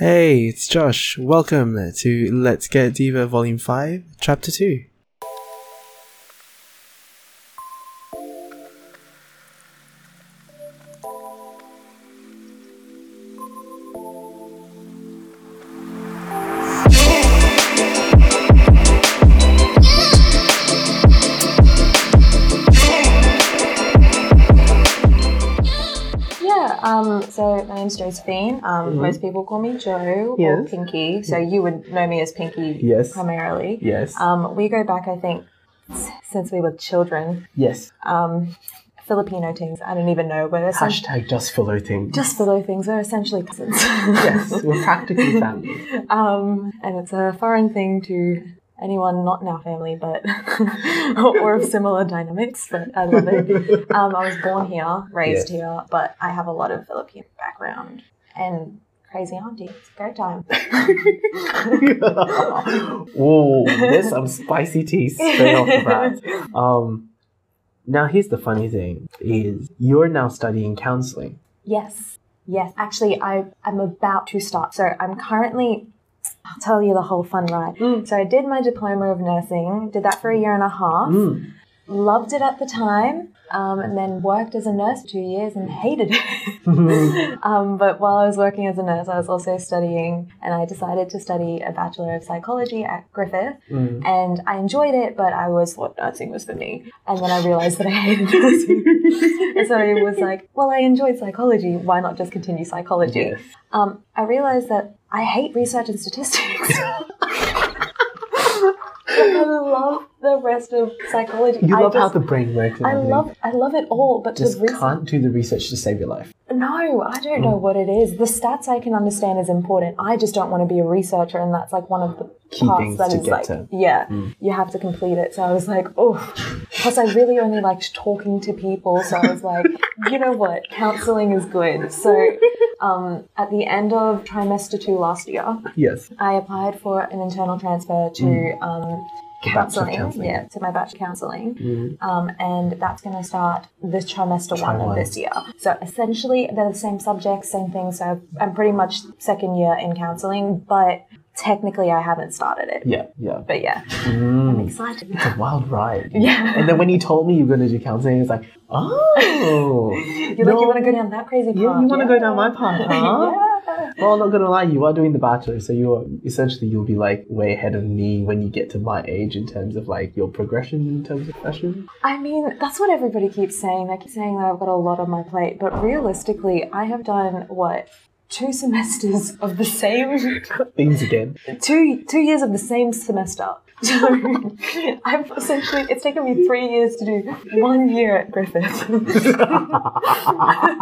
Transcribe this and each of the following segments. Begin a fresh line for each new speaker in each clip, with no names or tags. Hey, it's Josh. Welcome to Let's Get Diva Volume 5, Chapter 2.
Yeah, um, so my name's Josephine. Um, Most people call me Jo or
Yes.
Pinky, so you would know me as Pinky
Yes.
primarily.
Yes.
Um, we go back, I think, s- since we were children.
yes.
Um, Filipino things, I don't even know, but essentially,
Hashtag just filler thing.
just below things, we're essentially cousins.
yes. We're practically family.
um, and it's a foreign thing to anyone not in our family, but or, or of similar dynamics. But I love it. Um, I was born here, raised
Yes.
here, but I have a lot of Filipino background and crazy auntie. It's a great time.
Ooh, there's some spicy tea straight off the bat. Um, now here's the funny thing is you're now studying counseling.
Yes, yes. Actually, I I'm about to start. So I'm currently. I'll tell you the whole fun ride.
Mm.
So I did my diploma of nursing. Did that for a year and a half.
Mm.
loved it at the time um, and then worked as a nurse for two years and hated it. um, but while I was working as a nurse, I was also studying and I decided to study a Bachelor of Psychology at Griffith.
Mm.
And I enjoyed it, but I was thought nursing was for me. And then I realized that I hated nursing. and so it was like, well, I enjoyed psychology. Why not just continue psychology?
Yes.
Um, I realized that I hate research and statistics. I love the rest of psychology.
You
I
love how
just-
the brain works. and
I
everything.
love I love it all, but
just
the reason
can't do the research to save your life.
no, I don't
Mm.
know what it is. The stats I can understand is important. I just don't want to be a researcher, and that's like one of the
Key
parts
things
that
to
is
get
like,
to. Mm.
yeah, you have to complete it. So I was like, oh. Plus, I really only liked talking to people, so I was like, you know what, counselling is good. So, um, at the end of trimester two last year,
Yes.
I applied for an internal transfer to
Mm.
um,
The Bachelor of Mm-hmm.
counselling,
Counselling.
yeah, to my bachelor counselling, um, and that's going to start this trimester one
Trimester.
of this year. So essentially, they're the same subjects, same thing. So I'm pretty much second year in counselling, but technically I haven't started it.
Yeah, Mm. yeah.
But yeah, I'm excited.
It's a wild ride.
Yeah.
And then when you told me you're going to do counseling, it's like, oh.
You're like, you want to go down that crazy path?
Yeah, Oh, you want to go down my path, huh?
yeah.
Well, I'm not gonna lie, you are doing the bachelor, so you're essentially you'll be like way ahead of me when you get to my age in terms of like your progression in terms of fashion.
I mean, that's what everybody keeps saying. They keep saying that I've got a lot on my plate, but realistically, I have done what two semesters of the same
Things again.
two two years of the same semester. So I've essentially it's taken me three years to do one year at Griffith. And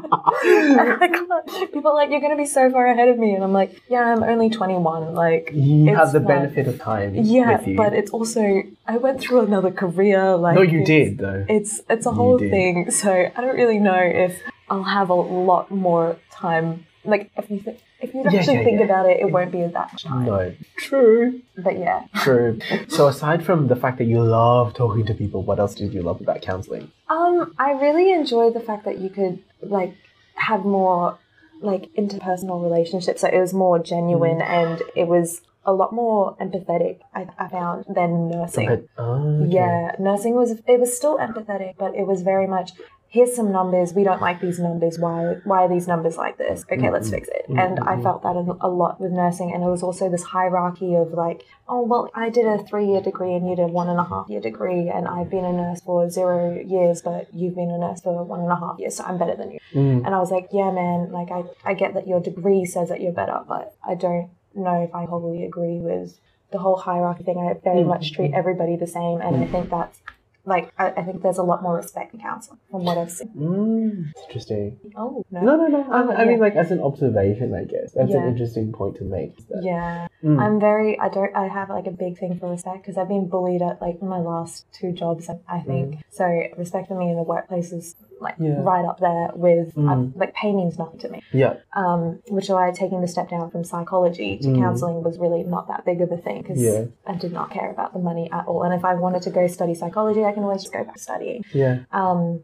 I can't- People are like, you're gonna be so far ahead of me, and I'm like, yeah, I'm only 21. Like,
You
it's
have the
fine.
benefit of time.
Yeah,
with you.
but it's also I went through another career. Like,
no, you
it's-
did though.
It's it's a whole
did.
thing. So I don't really know if I'll have a lot more time. Like, if you think if you
Yeah,
actually
yeah,
think
yeah.
about it, it won't be that much time.
no, true,
But yeah.
true. so aside from the fact that you love talking to people, what else did you love about counseling?
Um, I really enjoyed the fact that you could like have more like interpersonal relationships. So it was more genuine and it was a lot more empathetic. I, I found than nursing.
But, oh, okay.
Yeah, nursing was it was still empathetic, but it was very much here's some numbers. We don't like these numbers. Why why are these numbers like this? Okay, let's fix it. And I felt that in- a lot with nursing, and it was also this hierarchy of like, oh well, I did a three year degree and you did one and a half year degree, and I've been a nurse for zero years, but you've been a nurse for one and a half years, so I'm better than you.
Mm.
And I was like, yeah, man, like I I get that your degree says that you're better, but I don't know if I wholly agree with the whole hierarchy thing. I very much treat everybody the same, and I think that's like I, I think there's a lot more respect in counseling from what I've seen.
Mm. Interesting.
Oh no.
No, no, no. I, I
yeah.
mean, like as an observation, I guess that's an
Yeah.
interesting point to make. is that-
Yeah,
Mm.
I'm very. I don't. I have like a big thing for respect because I've been bullied at like my last two jobs. I- I think so. Respect for me in the workplace is like
Yeah.
right up there with
Mm.
uh, like pay means nothing to me.
yeah.
um, which is why taking the step down from psychology to counseling was really not that big of a thing because
Mm. Yeah.
I did not care about the money at all. And if I wanted to go study psychology, I can always just go back studying.
Yeah.
Um,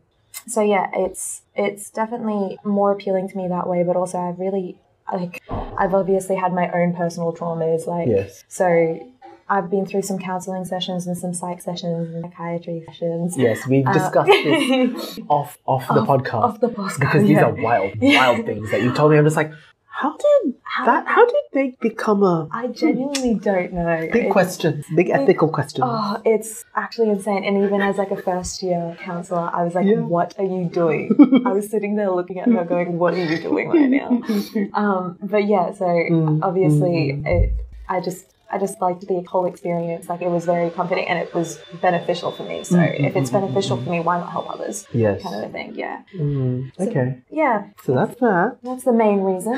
so yeah, it's it's definitely more appealing to me that way. But also, I really like I've obviously had my own personal traumas, like
Yes.
so I've been through some counseling sessions and some psych sessions and psychiatry sessions.
Yes, we've
Uh,
discussed this off off the
Off-
podcast
off the podcast
because these
yeah.
are wild,
Yeah.
wild things that you told me. I'm just like, how did
How-
that? How did they become a
I genuinely don't know.
big
It's-
questions, big ethical questions?
Oh, it's actually insane. And even as like a first year counselor, I was like,
Yeah.
"What are you doing?" I was sitting there looking at her, going, "What are you doing right now?" Um, but yeah, so
Mm,
obviously,
mm.
it, I just I just liked the whole experience. Like it was very comforting and it was beneficial for me. So
Mm,
if it's
mm, mm,
beneficial for me, why not help others?
yes.
Kind of a thing. Yeah,
Mm,
So-
okay,
yeah.
so that's that.
That's the main reason.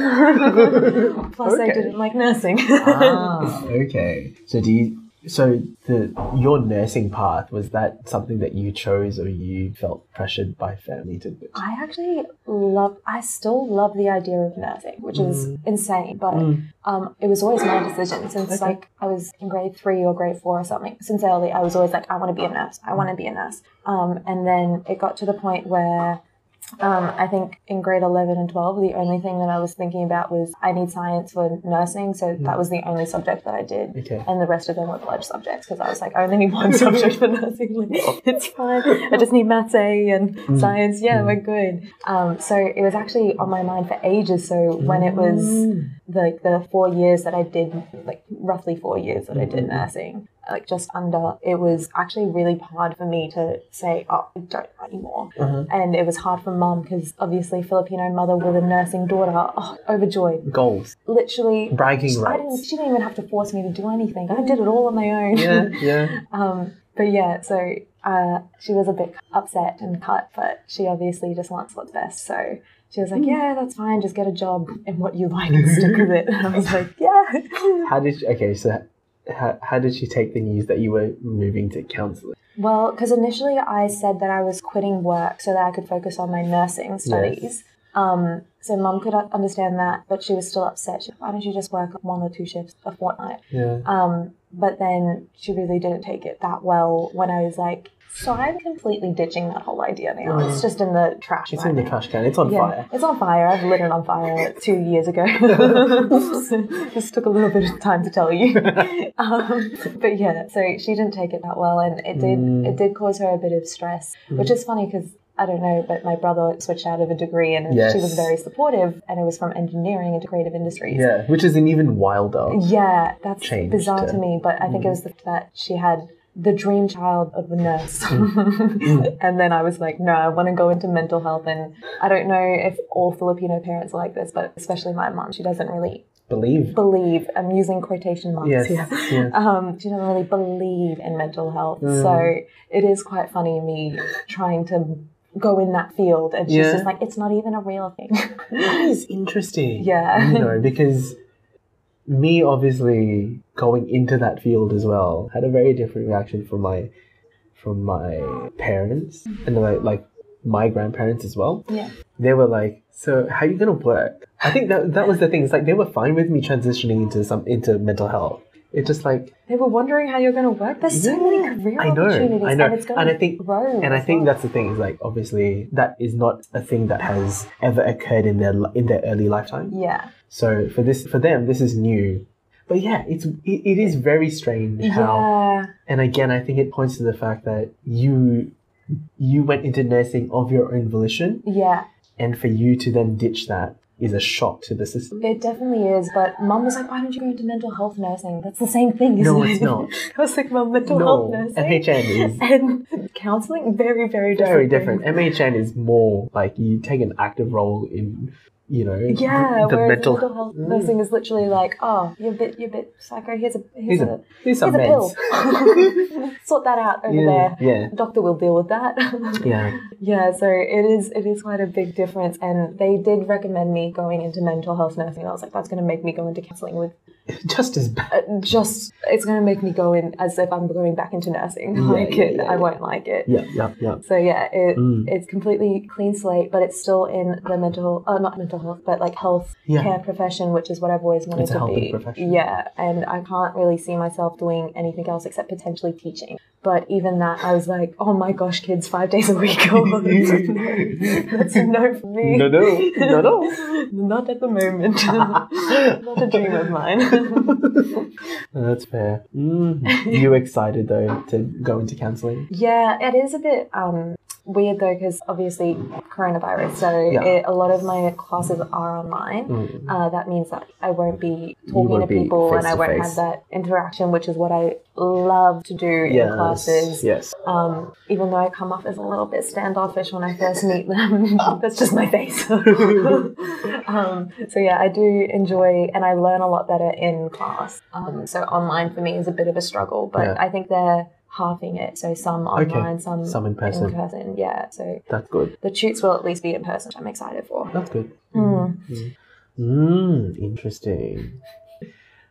Plus, I
Okay.
didn't like nursing.
ah, okay. So do you? So the your nursing path was that something that you chose, or you felt pressured by family to do?
I actually love, I still love the idea of nursing, which is
Mm.
insane, but
Mm,
um, it was always my decision since
Okay.
like I was in grade three or grade four or something. Since early, I was always like, I want to be a nurse, I want to be a nurse. Um, and then it got to the point where um, I think in grade 11 and 12, the only thing that I was thinking about was I need science for nursing, so
Mm.
that was the only subject that I did.
okay.
And the rest of them were bludge subjects because I was like, I only need one subject for nursing. Like, it's fine. I just need maths A and science. Yeah, we're good. Um, so it was actually on my mind for ages. So when it was like the four years that I did, like roughly four years that I did nursing, like just under, it was actually really hard for me to say, oh, I don't anymore.
Uh-huh.
And it was hard for mum because obviously Filipino mother with a nursing daughter, oh, overjoyed.
goals,
Literally,
bragging
I didn't,
rights.
she didn't even have to force me to do anything. I did it all on my own.
Yeah, yeah.
um, but yeah, so uh, she was a bit upset and cut, but she obviously just wants what's best. So she was like, "Yeah, that's fine. Just get a job in what you like and stick with it." And I was like, "Yeah."
How did she, okay? So how, how did she take the news that you were moving to counselling?
Well, because initially I said that I was quitting work so that I could focus on my nursing studies. Um, so mum could uh, understand that, but she was still upset. She, Why don't you just work one or two shifts a fortnight?
Yeah.
Um, but then she really didn't take it that well when I was like, so I'm completely ditching that whole idea now.
Mm.
It's just in the trash.
It's
right
in the
now."
trash can. It's on
yeah,
fire.
It's on fire. I've lit it on fire two years ago. this took a little bit of time to tell you. um, but yeah, so she didn't take it that well, and it did
Mm.
it did cause her a bit of stress, which is funny because. I don't know, but my brother switched out of a degree and she was
Yes.
very supportive, and it was from engineering into creative industries.
Yeah, which is an even wilder.
Yeah, that's
changed mm.
bizarre to
her.
me, but I think it was the fact that she had the dream child of a nurse.
Mm.
and then I was like, no, I want to go into mental health. And I don't know if all Filipino parents are like this, but especially my mom, she doesn't really
Believe.
believe, I'm using quotation marks
Yes.
here.
yes.
Um, she doesn't really believe in mental health.
Mm.
So it is quite funny me trying to go in that field. And she's
Yeah.
just like, it's not even a real thing.
That is interesting.
Yeah.
You know, because me obviously going into that field as well had a very different reaction from my from my parents and like like my grandparents as well.
yeah.
They were like, "So how are you gonna work?" I think that that was the thing. It's like they were fine with me transitioning into some into mental health. It's just like
They were wondering how you're going to work. There's so many career
I know,
opportunities,
I know.
and it's going
And I
to
think-
grow.
and I
as
think
well.
that's the thing is like obviously that is not a thing that has ever occurred in their li- in their early lifetime.
yeah,
So for this for them this is new. But yeah, it's it, it is very strange how
yeah,
and again I think it points to the fact that you you went into nursing of your own volition
yeah.
and for you to then ditch that is a shock to the system.
It definitely is. But mum was like, "Why don't you go into mental health nursing? That's the same thing, isn't
No,
it?"
it's not.
I was like, "Mum, mental health
no.
nursing
MHN is
and counseling very, very different.
very different.
things.
MHN is more like you take an active role in, you know,
Yeah,
the
whereas
mental.
mental, health
Mm.
nursing is literally like, "Oh, you're a bit, you're a bit psycho. Here's a, here's,
Here's
a,
a- here's some
here's a
meds.
pill. sort that out over
Yeah,
there.
yeah,
Doctor will deal with that."
yeah.
Yeah, so it is it is quite a big difference and they did recommend me going into mental health nursing. I was like, that's gonna make me go into counselling with
Just as bad.
uh, just it's gonna make me go in as if I'm going back into nursing.
Yeah,
like
yeah,
it,
yeah,
I
yeah.
won't like it.
Yeah, yeah, yeah.
So yeah, it
Mm.
it's completely clean slate, but it's still in the mental uh, not mental health, but like health
Yeah.
care profession, which is what I've always wanted
It's a
to
helping
be.
profession.
Yeah, and I can't really see myself doing anything else except potentially teaching. But even that, I was like, oh my gosh, kids, five days a week. Oh, that's no, that's no for me.
No, no, no, no.
Not at the moment. Not a dream of mine.
No, Oh, That's fair. Mm. you excited though to go into counselling?
Yeah, it is a bit um, weird though, because obviously coronavirus. So
Yeah.
it, a lot of my classes are online.
Mm.
Uh, that means that I won't be talking
won't
to
be
people and I won't have
face-to-face.
that interaction, which is what I love to do in classes.
Yes.
Um, even though I come off as a little bit standoffish when I first meet them, that's just my face. um, so yeah, I do enjoy and I learn a lot better in class. Um, so online for me is a bit of a struggle, but
Yeah.
I think they're halving it. So some online, some,
Some in person.
in person. Yeah. So
That's good.
the toots will at least be in person, which I'm excited for.
That's good.
Mm.
Mm. Mm, interesting.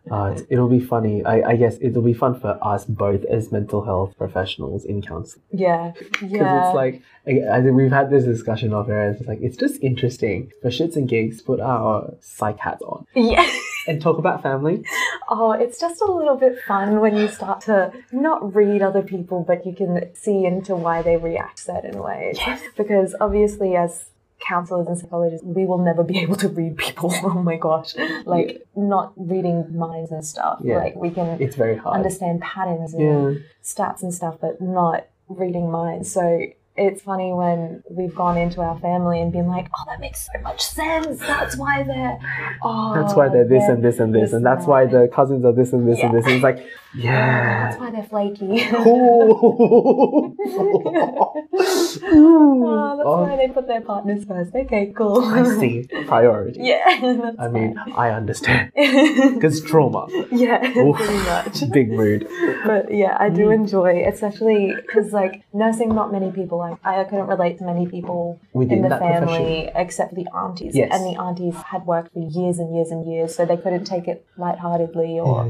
Uh, it's- it'll be funny. I, I guess it'll be fun for us both as mental health professionals in counseling.
Yeah.
Because
Yeah.
it's like, I, I think we've had this discussion off air. It's like, it's just interesting for shits and gigs, put our psych hats on
yeah.
and talk about family.
Oh, it's just a little bit fun when you start to not read other people, but you can see into why they react certain ways. Because obviously, as counselors and psychologists, we will never be able to read people. oh my gosh. Like, not reading minds and stuff.
Yeah.
Like, we can
It's very hard.
understand patterns and
Yeah.
stats and stuff, but not reading minds. So it's funny when we've gone into our family and been like, oh, that makes so much sense. That's why they're, oh,
That's why they're this
they're-
and this and this,
this
and
and
that's
that.
why the cousins are this and this and
Yeah.
this. And it's like, yeah.
That's why they're flaky.
Cool.
Oh, that's why
oh,
they put their partners first. Okay, cool.
I see. Priority.
Yeah. That's
I mean, I understand.
fine.
Because trauma.
yeah,
Oof. Mm.
pretty much.
Big mood.
But yeah, I do enjoy, especially because like nursing, not many people like I couldn't relate to many people
Within
in the
that
family except the aunties,
Yes.
and the aunties had worked for years and years and years, so they couldn't take it lightheartedly or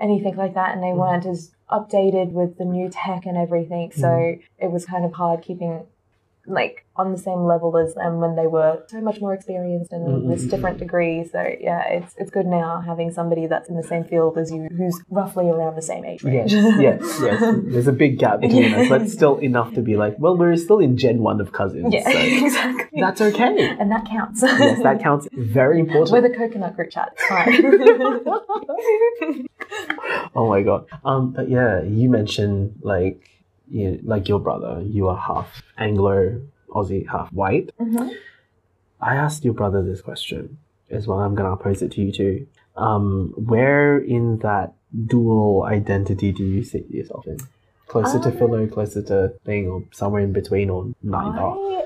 anything like that, and
Mm.
they weren't as updated with the new tech and everything. So
Mm.
it was kind of hard keeping like on the same level as them when they were so much more experienced and
Mm, mm,
with
mm,
different degrees. So yeah, it's it's good now having somebody that's in the same field as you who's roughly around the same age range.
Yes, yes, yes. There's a big gap between us, but still enough to be like, well, we're still in Gen 1 of cousins.
yeah,
So
exactly.
that's okay.
and that counts.
Yes, that counts. Very
We're
important.
the coconut group chat. It's fine.
Oh my god. Um, but yeah, you mentioned like, you, like your brother. You are half Anglo Aussie, half white.
Mhm.
I asked your brother this question as well. I'm gonna pose it to you too. Um, where in that dual identity do you sit yourself in? Closer to
Um,
Philo, closer to thing, or somewhere in between, or neither?
Mhm. I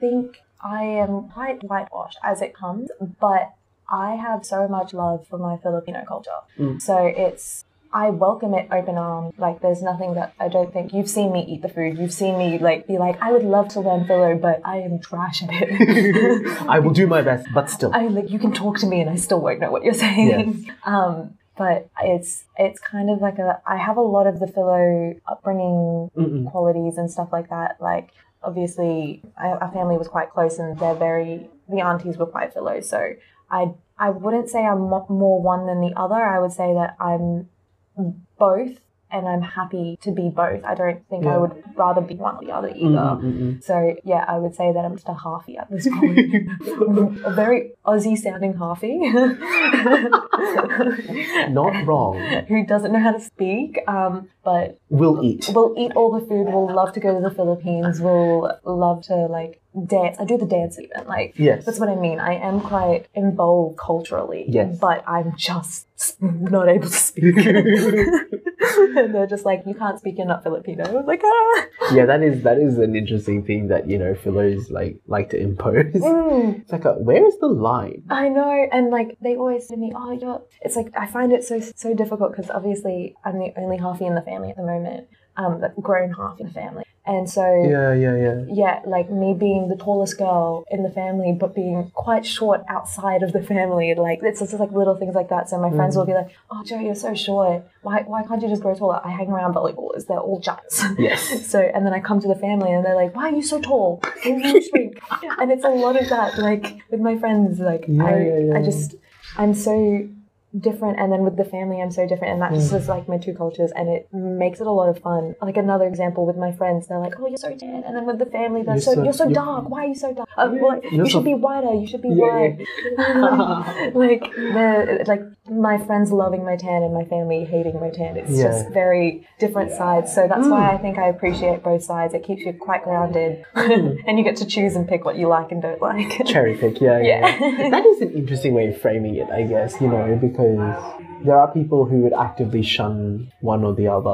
think I am quite whitewashed as it comes, but I have so much love for my Filipino culture.
Mm.
So it's I welcome it open arms. Like there's nothing that I don't think you've seen me eat the food. You've seen me like be like, I would love to learn filler, but I am trash at it.
I will do my best, but still.
I like you can talk to me and I still won't know what you're saying. Um, but it's it's kind of like a I have a lot of the philo upbringing
Mm-mm.
qualities and stuff like that. Like, obviously, I, our family was quite close, and they're very the aunties were quite fellow. So I I wouldn't say I'm mo- more one than the other. I would say that I'm both, and I'm happy to be both. I don't think
Yeah. mm-hmm.
I would rather be one or the other either.
Mm-mm-mm-mm.
So yeah, I would say that I'm just a halfie at this point. a very Aussie sounding halfie.
Not wrong.
Who doesn't know how to speak, um, but
We'll eat.
We'll eat all the food. We'll love to go to the Philippines. We'll love to like dance. I do the dance even. Like
Yes.
that's what I mean. I am quite involved culturally.
Yes.
But I'm just not able to speak. and they're just like, you can't speak. You're not Filipino. I'm like ah.
Yeah, that is that is an interesting thing that you know Philos like like to impose.
Mm.
It's like, a, where is the line?
I know, and like they always say to me, "Oh, you're." It's like I find it so so difficult because obviously I'm the only halfie in the family at the moment, um, the grown half in the family, And so,
Yeah, yeah, yeah.
yeah, like me being the tallest girl in the family, but being quite short outside of the family. Like it's just like little things like that. So my friends will be like, "Oh, Joe, you're so short. Why, why can't you just grow taller?" I hang around volleyballers; they're all giants.
Yes.
So and then I come to the family and they're like, "Why are you so tall? Why are you shrink?" and it's a lot of that. Like with my friends, like
Yeah,
I,
yeah, yeah.
I just I'm so different and then with the family I'm so different and that's
Mm.
just is like my two cultures and it makes it a lot of fun. Like another example with my friends, they're like, Oh you're so tan and then with the family they're so,
You're so-
you're so
you're-
dark, why are you so dark? Oh,
Yeah,
well,
you're
you should
so-
be whiter, you should be
Yeah,
white.
yeah.
like they're like my friends loving my tan and my family hating my tan. It's
Yeah. Mm.
just very different sides. So that's why I think I appreciate both sides. It keeps you quite grounded and you get to choose and pick what you like and don't like.
Cherry pick, yeah, yeah.
Yeah.
yeah. that is an interesting way of framing it, I guess, you know, because there are people who would actively shun one or the other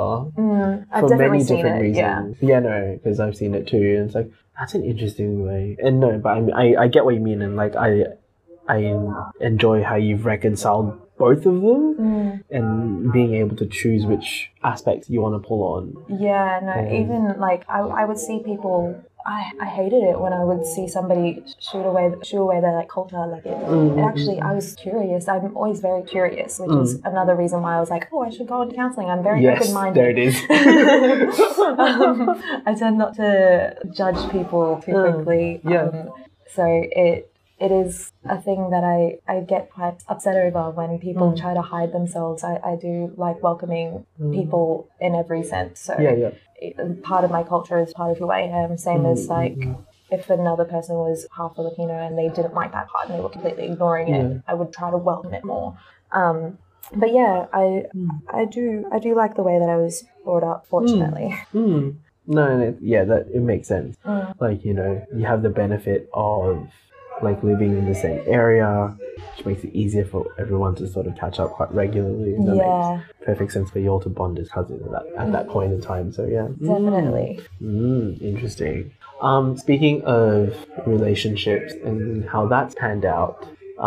Mm, I've
for
definitely
many
seen
different
it. Yeah.
reasons. Yeah, no, because I've seen it too, and it's like that's an interesting way. And no, but I, mean, I I get what you mean, and like I I enjoy how you've reconciled both of them
Mm,
and being able to choose which aspect you want to pull on.
yeah, no,
Yeah.
even like I, I would see people. I, I hated it when I would see somebody shoot away shoot away their like culture like it,
Mm,
it
mm,
actually I was curious I'm always very curious which
Mm.
is another reason why I was like oh I should go into counseling I'm very
Yes,
open minded
there it is.
um, I tend not to judge people too
Mm.
quickly.
Yeah.
Um, so it it is a thing that I, I get quite upset over when
Mm.
people try to hide themselves. I, I do like welcoming people in every sense. So
yeah, yeah.
it- part of my culture is part of who I am. Same as
Mm-hmm.
like if another person was half Filipino and they didn't like that part and they were completely ignoring it, I would try to welcome it more. Um, but yeah, I
Mm.
I do I do like the way that I was brought up. Fortunately,
Hmm. No, no, yeah, that it makes sense.
Mm.
Like you know, you have the benefit of like living in the same area, which makes it easier for everyone to sort of catch up quite regularly. And that makes
yeah,
perfect sense for you all to bond as cousins at that, at that point in time. So yeah,
definitely.
Mm, interesting. Um, speaking of relationships and how that's panned out,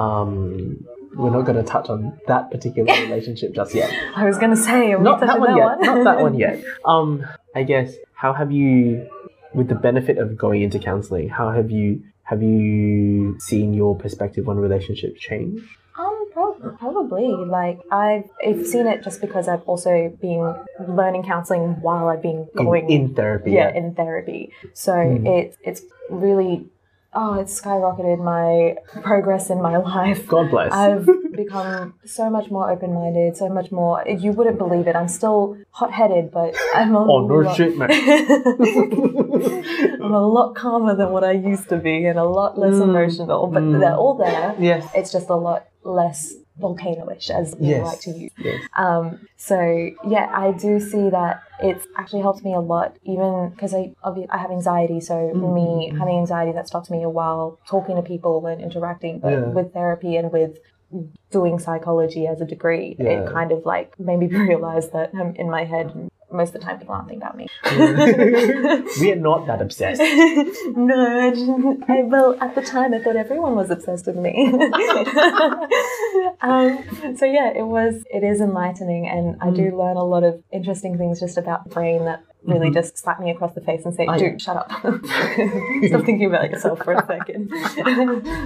um, we're not going to touch on that particular relationship just yet.
I was gonna say are we
Not that
touching
one
that
yet.
one?
Not that one yet. Um, I guess how have you, with the benefit of going into counselling, how have you have you seen your perspective on relationships change?
Um, prob- probably. Like I've, I've seen it just because I've also been learning counseling while I've been
In,
going
in therapy.
yeah, in therapy. So
Mm.
it it's really oh, it's skyrocketed my progress in my life.
God bless.
I've become so much more open minded, so much more. You wouldn't believe it. I'm still hot headed, but I'm a
oh no
lot-
shit, man.
I'm a lot calmer than what I used to be, and a lot less
Mm.
emotional. But
Mm.
they're all there.
yes.
It's just a lot less volcanoish, as we
Yes.
like to use.
yes.
Um, so yeah, I do see that it's actually helped me a lot, even because I obvi- I have anxiety. So
Mm-hmm.
me having anxiety that stops me a while talking to people and interacting. But
Yeah.
with therapy and with doing psychology as a degree,
Yeah.
it kind of like made me realize that I'm in my head. and Most of the time, people aren't thinking about me.
we are not that obsessed.
no, I didn't. I, well, at the time, I thought everyone was obsessed with me. um, so yeah, it was. It is enlightening, and I do learn a lot of interesting things just about the brain that really just slap me across the face and say,
Oh, yeah.
"Dude, shut up! Stop thinking about yourself for a second.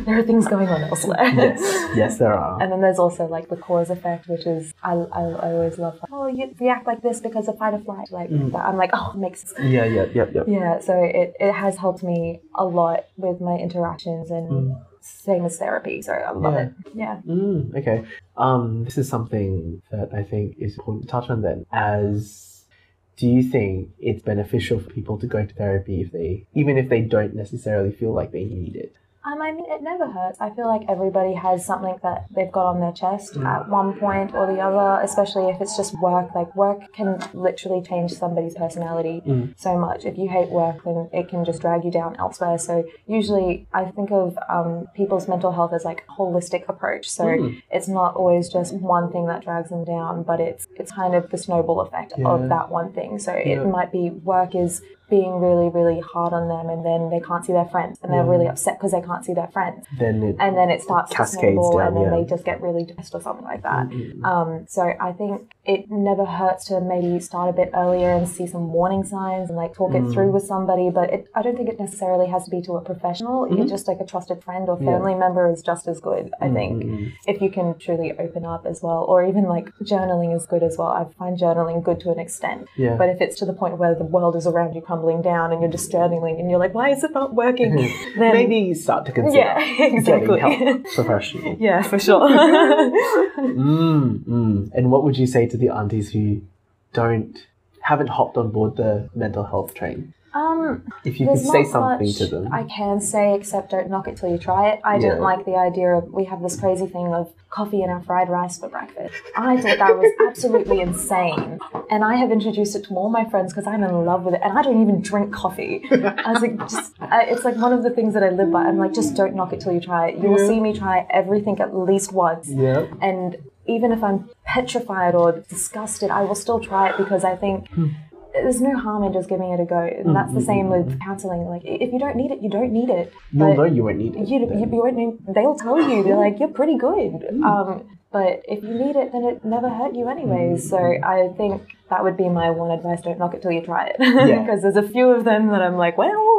there are things going on elsewhere."
yes. Yes, there are.
And then there's also like the cause effect, which is I, I, I always love. Like, oh, you react like this because of fight or flight. Like that. I'm like, oh, it makes sense.
Yeah, yeah, yeah, yeah.
Yeah, so it, it has helped me a lot with my interactions and same as therapy. So I love
Yeah.
it. Yeah.
Mm, okay. Um, this is something that I think is important to touch on then. As do you think it's beneficial for people to go to therapy if they, even if they don't necessarily feel like they need it?
Um, I mean, it never hurts. I feel like everybody has something that they've got on their chest
Mm.
at one point or the other, especially if it's just work. Like, work can literally change somebody's personality
Mm.
so much. If you hate work, then it can just drag you down elsewhere. So, usually, I think of um, people's mental health as like a holistic approach. So,
Mm.
it's not always just one thing that drags them down, but it's it's kind of the snowball effect
Yeah.
of that one thing. So,
Yeah.
it might be work is being really, really hard on them, and then they can't see their friends, and they're
Yeah.
really upset because they can't see their friends,
Then it
and then it starts to
Cascades
snowball,
down,
and then
yeah.
they just get really depressed or something like that.
Mm, mm,
Um, so I think it never hurts to maybe start a bit earlier and see some warning signs and like talk
Mm.
it through with somebody. But it, I don't think it necessarily has to be to a professional. Even just like a trusted friend or
Mm-hmm. Yeah.
family member is just as good. I
mm,
think
mm, mm.
if you can truly open up as well, or even like journaling is good as well. I find journaling good to an extent.
Yeah.
But if it's to the point where the world is around you crumbling down and you're just journaling and you're like, why is it not working? then
Maybe start to consider
yeah, exactly.
getting help professionally.
yeah, for sure.
Mm, mm. And what would you say to the aunties who don't haven't hopped on board the mental health train?
um.
If you could
There's
say
not
something
much
to them,
I can say, except don't knock it till you try it. I didn't
Yeah.
like the idea of we have this crazy thing of coffee and our fried rice for breakfast. I thought that was absolutely insane, and I have introduced it to all my friends because I'm in love with it, and I don't even drink coffee. I was like, just I, it's like one of the things that I live by. I'm like, just don't knock it till you try it. You will
Yeah.
see me try everything at least once,
yeah,
and even if I'm petrified or disgusted, I will still try it because I think
Hmm.
there's no harm in just giving it a go. And that's the same with counseling. Like, i- if you don't need it, you don't need it.
you'll know
But
Hmm. you won't need it.
you, you,
then.
you won't need, they'll tell you, they're like, you're pretty
Hmm.
good. Um, but if you need it, then it never hurt you
Hmm.
anyways. So I think that would be my one advice don't knock it till you try it. Because
Yeah.
there's a few of them that I'm like, well.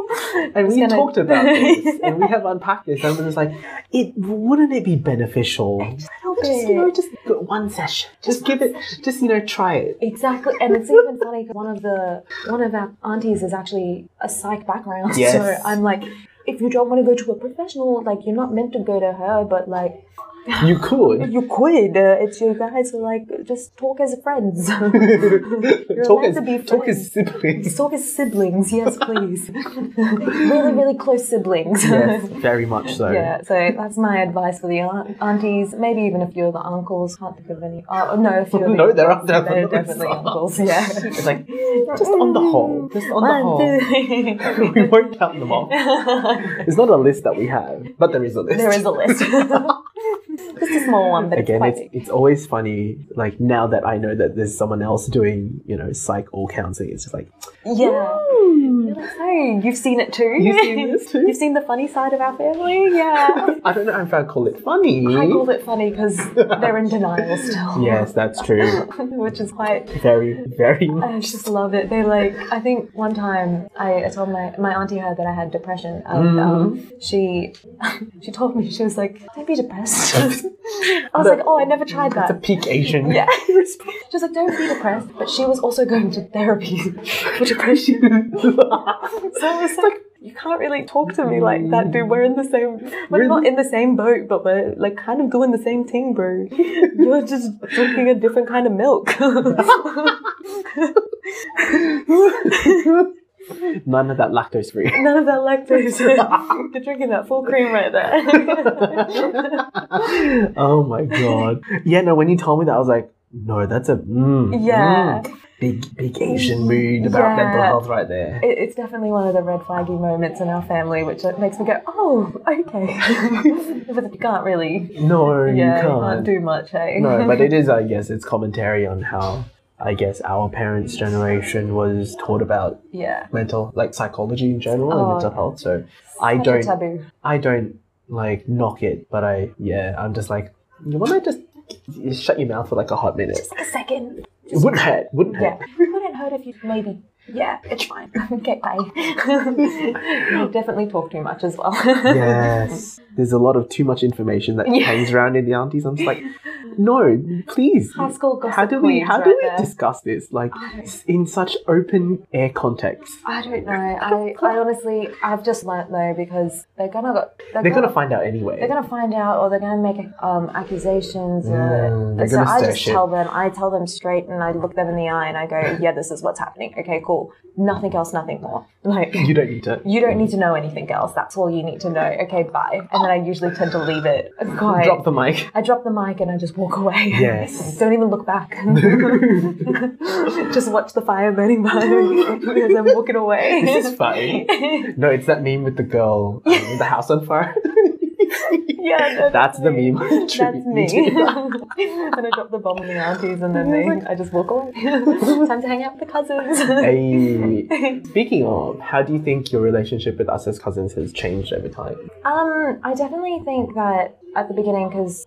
and
it's
we
gonna-
talked about this, and we have unpacked this. And it's like, it wouldn't it be beneficial? Just,
Help
you know,
it.
just go- one session. Just, give it. Just you know, try it.
Exactly, and it's even funny because one of the one of our aunties is actually a psych background.
Yes.
So I'm like, if you don't want to go to a professional, like you're not meant to go to her, but like
You could
you could. Uh, it's you guys who like just talk as friends.
talk
allowed
as
to be
talk as
friends.
siblings.
talk as siblings, yes, please. really, really close siblings.
yes, very much so.
Yeah, so that's my advice for the aunt- aunties, maybe even a few of the uncles. Can't think of any. Oh, no, a few of the
No, there are
uncles. There are
definitely
definitely uncles. Yeah,
It's like just on the whole, just on the whole.
One, two.
we won't count them off. It's not a list that we have, but there is a list.
there is a list. Just a small one, but
Again,
it's quite
it's,
big.
it's always funny. Like now that I know that there's someone else doing, you know, psych or counseling, it's just like,
Yeah. You're like, "Hey, you've seen it too.
You've seen this too?"
You've seen the funny side of our family. Yeah.
I don't know if I call it funny.
I called it funny because they're in denial still.
yes, that's true.
Which is quite
Very, very.
I just love it. They like. I think one time I, I told my my auntie heard that I had depression, and um,
Mm.
she she told me she was like, "Don't be depressed." I was like, "Oh, I never tried
It's a
that."
peak Asian.
Yeah. She was like, "Don't be depressed," but she was also going to therapy for depression. So I was like, "You can't really talk to me like that, dude. We're in the same. We're
We're-
not in the same boat, but we're like kind of doing the same thing, bro. You're just drinking a different kind of milk."
None of that lactose free.
None of that lactose. You're drinking that full cream right there.
oh my god. Yeah, no, when you told me that, I was like, no, that's a mm,
Yeah.
mm. big, big Asian mood about
Yeah.
mental health right there.
It- it's definitely one of the red flaggy moments in our family, which uh, makes me go, oh, okay. but you can't really,
No,
yeah,
you can't.
do much, hey?
no, but it is, I guess, it's commentary on how. I guess our parents' generation was taught about
yeah.
mental, like psychology in general
Oh.
and mental health. So I
Such a
don't
taboo.
I don't like knock it, but I yeah, I'm just like you want to just you shut your mouth for like a hot minute.
Just like a second.
It wouldn't hurt, wouldn't
Yeah.
hurt.
It wouldn't hurt if you maybe. Yeah, it's fine. okay, bye. you definitely talk too much as well.
Yes, there's a lot of too much information that
Yeah.
hangs around in the aunties. I'm just like, no, please.
High school gossip
How do we
queens
how
right
do we
there.
discuss this like
I don't-
in such open air context?
I don't know. I, I honestly, I've just learnt though because they're gonna go, they're,
They're
gonna,
gonna find out anyway.
they're gonna find out or they're gonna make um, accusations.
Mm,
or,
they're
so
gonna
I
stir
just
shit.
tell them. I tell them straight, and I look them in the eye, and I go, "Yeah, this is what's happening. Okay, cool. Nothing else. Nothing more. Like."
You don't need to
You don't need to know anything else. That's all you need to know. Okay, bye. And then I usually tend to leave it. Quite.
drop the mic.
I drop the mic and I just walk away.
Yes.
don't even look back. just watch the fire burning by me as I'm walking away.
This is funny. No, it's that meme with the girl um, with the house on fire.
yeah, that's,
That's the
me.
meme I
That's
attribute you
me.
to.
and I drop the bomb on the aunties, and then they, I just walk away. Time to hang out with the cousins.
Hey. Speaking of, how do you think your relationship with us as cousins has changed over time?
Um, I definitely think that at the beginning, because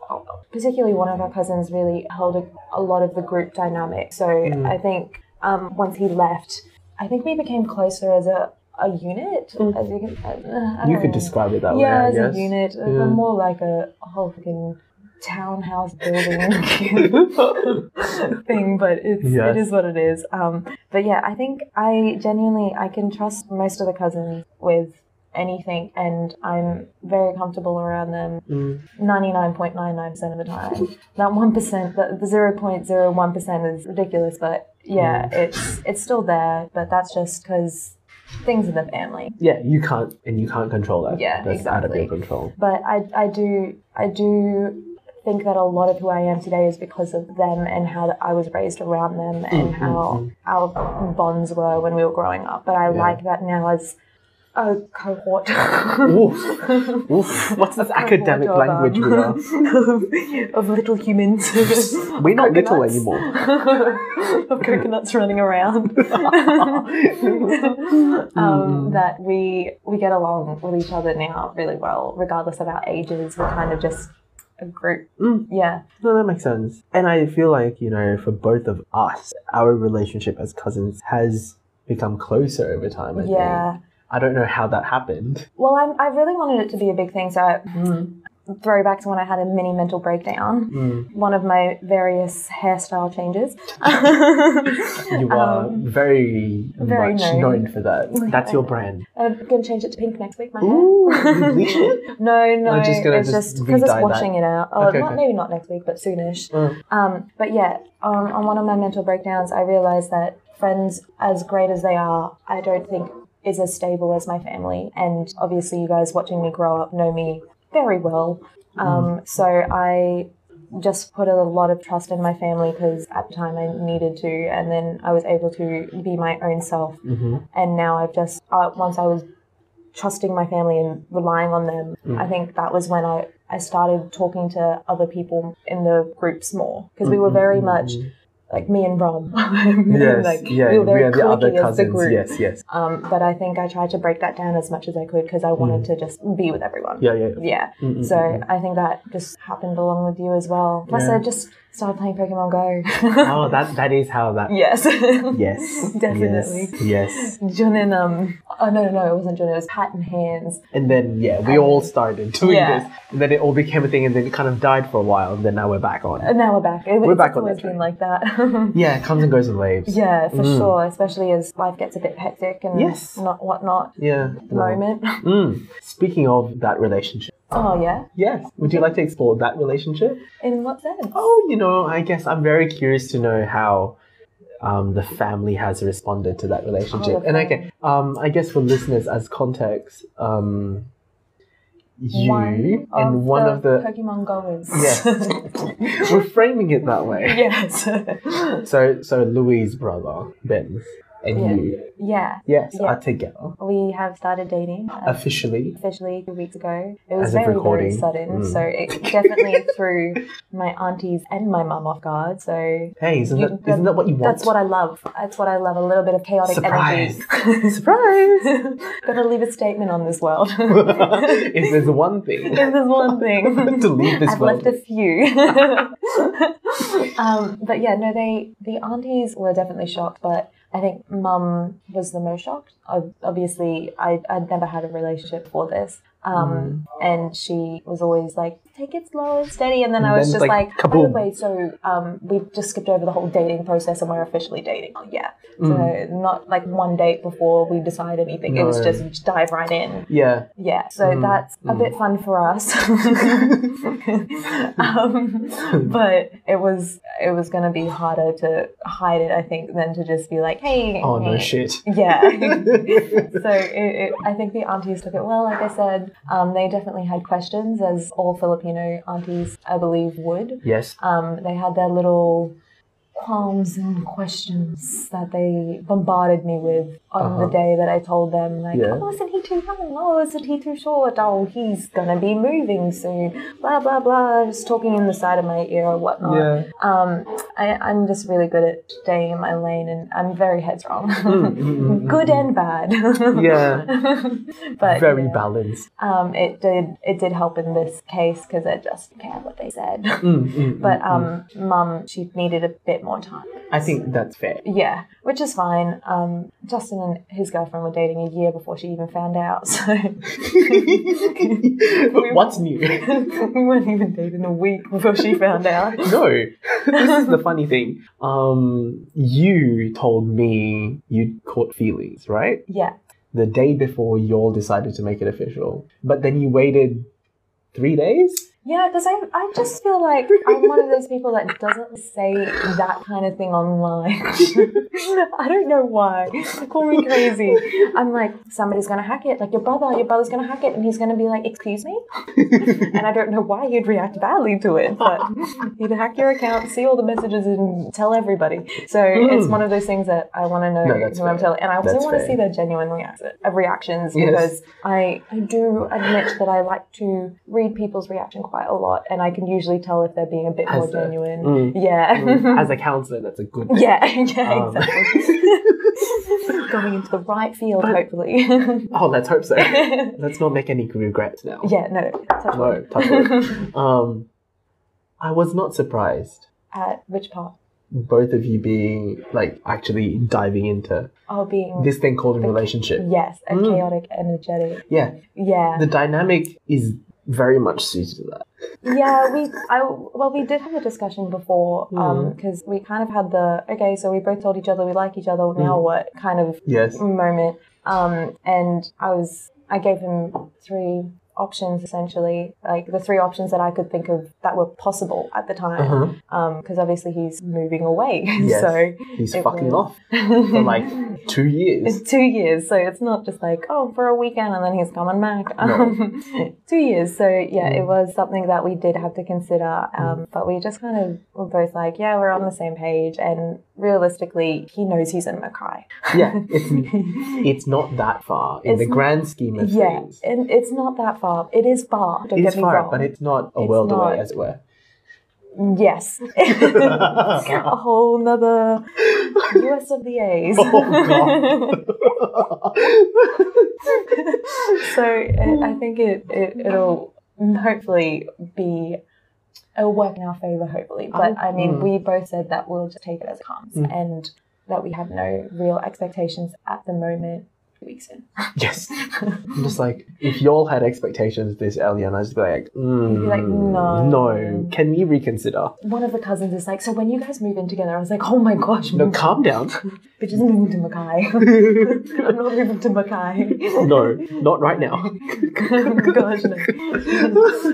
particularly one of our cousins really held a, a lot of the group dynamic. So
Mm.
I think um, once he left, I think we became closer as a, a unit. As you can, I, I
Mm. You
don't
could
know.
describe it that
yeah,
way, I
as
guess.
a unit, uh,
Yeah.
more like a, a whole fucking townhouse building thing. But it's
Yes.
it is what it is. Um, but yeah, I think I genuinely I can trust most of the cousins with anything, and I'm very comfortable around them
Mm.
ninety nine point nine nine percent of the time. That one percent, the zero point zero one percent is ridiculous, but yeah,
Mm.
it's it's still there. But that's just because things in the family.
Yeah, you can't, and you can't control that.
Yeah,
That's out of your
exactly.
control.
but I, I do I do think that a lot of who I am today is because of them and how I was raised around them
Mm,
and how our bonds were when we were growing up. But I
Yeah.
like that now as a cohort.
Oof. Oof. What's this academic
Cohort of,
language we are?
um, of little humans.
We're not little
Coconuts.
anymore.
of coconuts running around.
Mm.
um, that we we get along with each other now really well, regardless of our ages. We're kind of just a group.
Mm.
Yeah,
No, that makes sense. And I feel like, you know, for both of us, our relationship as cousins has become closer over time. I Think.
yeah.
I don't know how that happened.
Well, I'm, I really wanted it to be a big thing, so I throw back to when I had a mini mental breakdown.
Mm,
One of my various hairstyle changes.
You are very,
Um, very
much
known.
known. for that. That's your brand.
I'm gonna change it to pink next week. My
Ooh,
hair.
you bleach it?
No, no.
I'm just gonna
it's
just
just because it's
re-dye that.
washing it out. Oh,
Okay,
not,
okay.
maybe not next week, but soonish.
Oh.
Um, but yeah, um, on one of my mental breakdowns, I realized that friends, as great as they are, I don't think is as stable as my family. And obviously, you guys watching me grow up know me very well.
Mm.
Um, so I just put a lot of trust in my family because at the time I needed to, and then I was able to be my own self.
Mm-hmm.
And now I've just, uh, once I was trusting my family and relying on them,
Mm.
I think that was when I, I started talking to other people in the groups more because we were very much like me and Rom.
Mm-hmm. Yes,
like,
yeah,
we were very
the other
cliquey as the
cousins.
group.
Yes, yes.
Um, but I think I tried to break that down as much as I could because I
Mm.
wanted to just be with everyone.
Yeah, yeah.
Yeah. So I think that just happened along with you as well. Plus, I just started playing Pokemon Go.
Oh, that that is how that.
yes.
Yes.
Definitely.
Yes. yes.
John and um. Oh no, no, no! It wasn't John. It was Pat and Hands.
And then yeah, we all started doing
Yeah.
this, and then it all became a thing, and then it kind of died for a while, and then now we're back on.
And now we're back. It,
We're
it's
back on
always
that
been like that.
yeah, it comes and goes in waves.
yeah, for sure. Especially as life gets a bit hectic and
Yes.
not whatnot.
Yeah.
At the moment.
Mm. Speaking of that relationship,
Oh yeah.
yes, would you like to explore that relationship?
In what sense?
Oh, you know, I guess I'm very curious to know how um, the family has responded to that relationship.
the
and I
family.
can, um, I guess for listeners as context, um, you and one of the
Pokemon goers.
yes, we're framing it that way.
yes.
So, so Louis' brother Ben and
Yeah.
you,
yeah.
yes,
Yeah.
are together
We have started dating. uh,
officially.
officially two weeks ago. It was
As of
very, very
recording.
sudden.
Mm.
So it definitely threw my aunties and my mum off guard. So
Hey, isn't
you-
that isn't that what you want?
That's what I love. That's what I love. A little bit of chaotic
Surprise.
energy.
surprise.
Gotta leave a statement on this world.
if there's one thing
This is one thing.
to leave this
I've
world,
left a few. um, but yeah, no, they the aunties were definitely shocked, but I think mum was the most shocked. Ob- Obviously, I, I'd never had a relationship before this.
Mm.
Um, And she was always like, take it slow and steady. And then I
And
was
then
just
it's
like,
like,
by the
kaboom.
way, so um, we just skipped over the whole dating process and we're officially dating. Oh, yeah.
Mm.
So not like one date before we decide anything. It was
No.
just dive right in.
yeah,
Yeah, so
Hmm.
that's a bit fun for us. um, but it was it was going to be harder to hide it, I think, than to just be like, hey.
oh no
hey.
shit,
Yeah. so it, it, I think the aunties took it well, like I said. Um, they definitely had questions, as all Filipino aunties, I believe, would.
yes,
Um, they had their little qualms and questions that they bombarded me with on
Uh-huh.
the day that I told them, like,
Yeah.
oh, isn't he too young? Oh, isn't he too short? Oh, he's gonna be moving soon. Blah, blah, blah. Just talking in the side of my ear or whatnot.
Yeah.
Um, I, I'm just really good at staying in my lane and I'm very headstrong.
Mm, mm, mm,
good
mm,
and bad.
Yeah.
but
Very
yeah.
balanced.
Um, it did it did help in this case because I just cared what they said.
Mm, mm, mm,
But
mm.
um, mum, she needed a bit more time.
I think that's fair.
Yeah, which is fine. Um, Justin and his girlfriend were dating a year before she even found out, so
but what's new?
we weren't even dating a week before she found out.
No, this is the funny thing. Um, you told me you caught feelings, right?
Yeah,
The day before you all decided to make it official, but then you waited three days.
yeah, because I I just feel like I'm one of those people that doesn't say that kind of thing online. I don't know why. Call me crazy. I'm like somebody's gonna hack it. Like your brother, your brother's gonna hack it, and he's gonna be like, "Excuse me," and I don't know why you'd react badly to it, but he'd hack your account, see all the messages, and tell everybody. So it's
Mm.
one of those things that I want to know
No, that's
who I'm
fair.
telling, and I also
That's
want to see
fair.
their genuine reaction, uh, reactions
Yes.
because I I do admit that I like to read people's reaction quite a lot, and I can usually tell if they're being a bit
As
more
a-
genuine.
Mm.
Yeah.
Mm. As a counselor, that's a good. thing.
Yeah, yeah,
Um.
exactly. Going into the right field, hopefully.
Oh, let's hope so.
yeah,
let's not make any regrets now.
no. Touch
No,
wood.
touch wood. Um, I was not surprised.
At which part?
Both of you being like actually diving into
Oh, being
this thing called a relationship.
yes, and
Mm.
chaotic, energetic.
Yeah,
Yeah,
the dynamic is very much suited to that.
yeah. We, I, well, we did have a discussion before
Mm.
because we kind of had the okay. So we both told each other we like each other. Now
Mm.
what? Kind of
Yes.
moment. Um, and I was, I gave him three options essentially, like the three options that I could think of that were possible at the time.
Uh-huh.
Because obviously he's moving away.
Yes.
so
He's
It
fucking
was-
off for like two years.
It's two years, so it's not just like oh for a weekend and then he's coming back.
No.
Um, two years, so yeah, it
Mm.
was something that we did have to consider. Um, But we just kind of were both like, yeah, we're on the same page, and realistically, he knows he's in Mackay.
Yeah, it's it's not that far in
It's
the
not-
grand scheme of
yeah,
things.
and it's not that far. It is far. Don't
It's
get me
far,
wrong.
but it's not a
It's
world
not.
away, as it were.
yes, a whole nother US of the A's.
Oh,
so it, I think it, it it'll hopefully be it'll work in our favor hopefully but I mean
Mm.
we both said that we'll just take it as it comes
Mm.
and that we have no real expectations at the moment Two weeks in
yes. I'm just like, if y'all had expectations this early, and I'd just be like, mm,
like, no.
no, can we reconsider?
one of the cousins is like so when you guys move in together I was like oh my gosh
No, calm down.
bitch is moving to Mackay I'm not moving to Mackay
no, not right now.
gosh no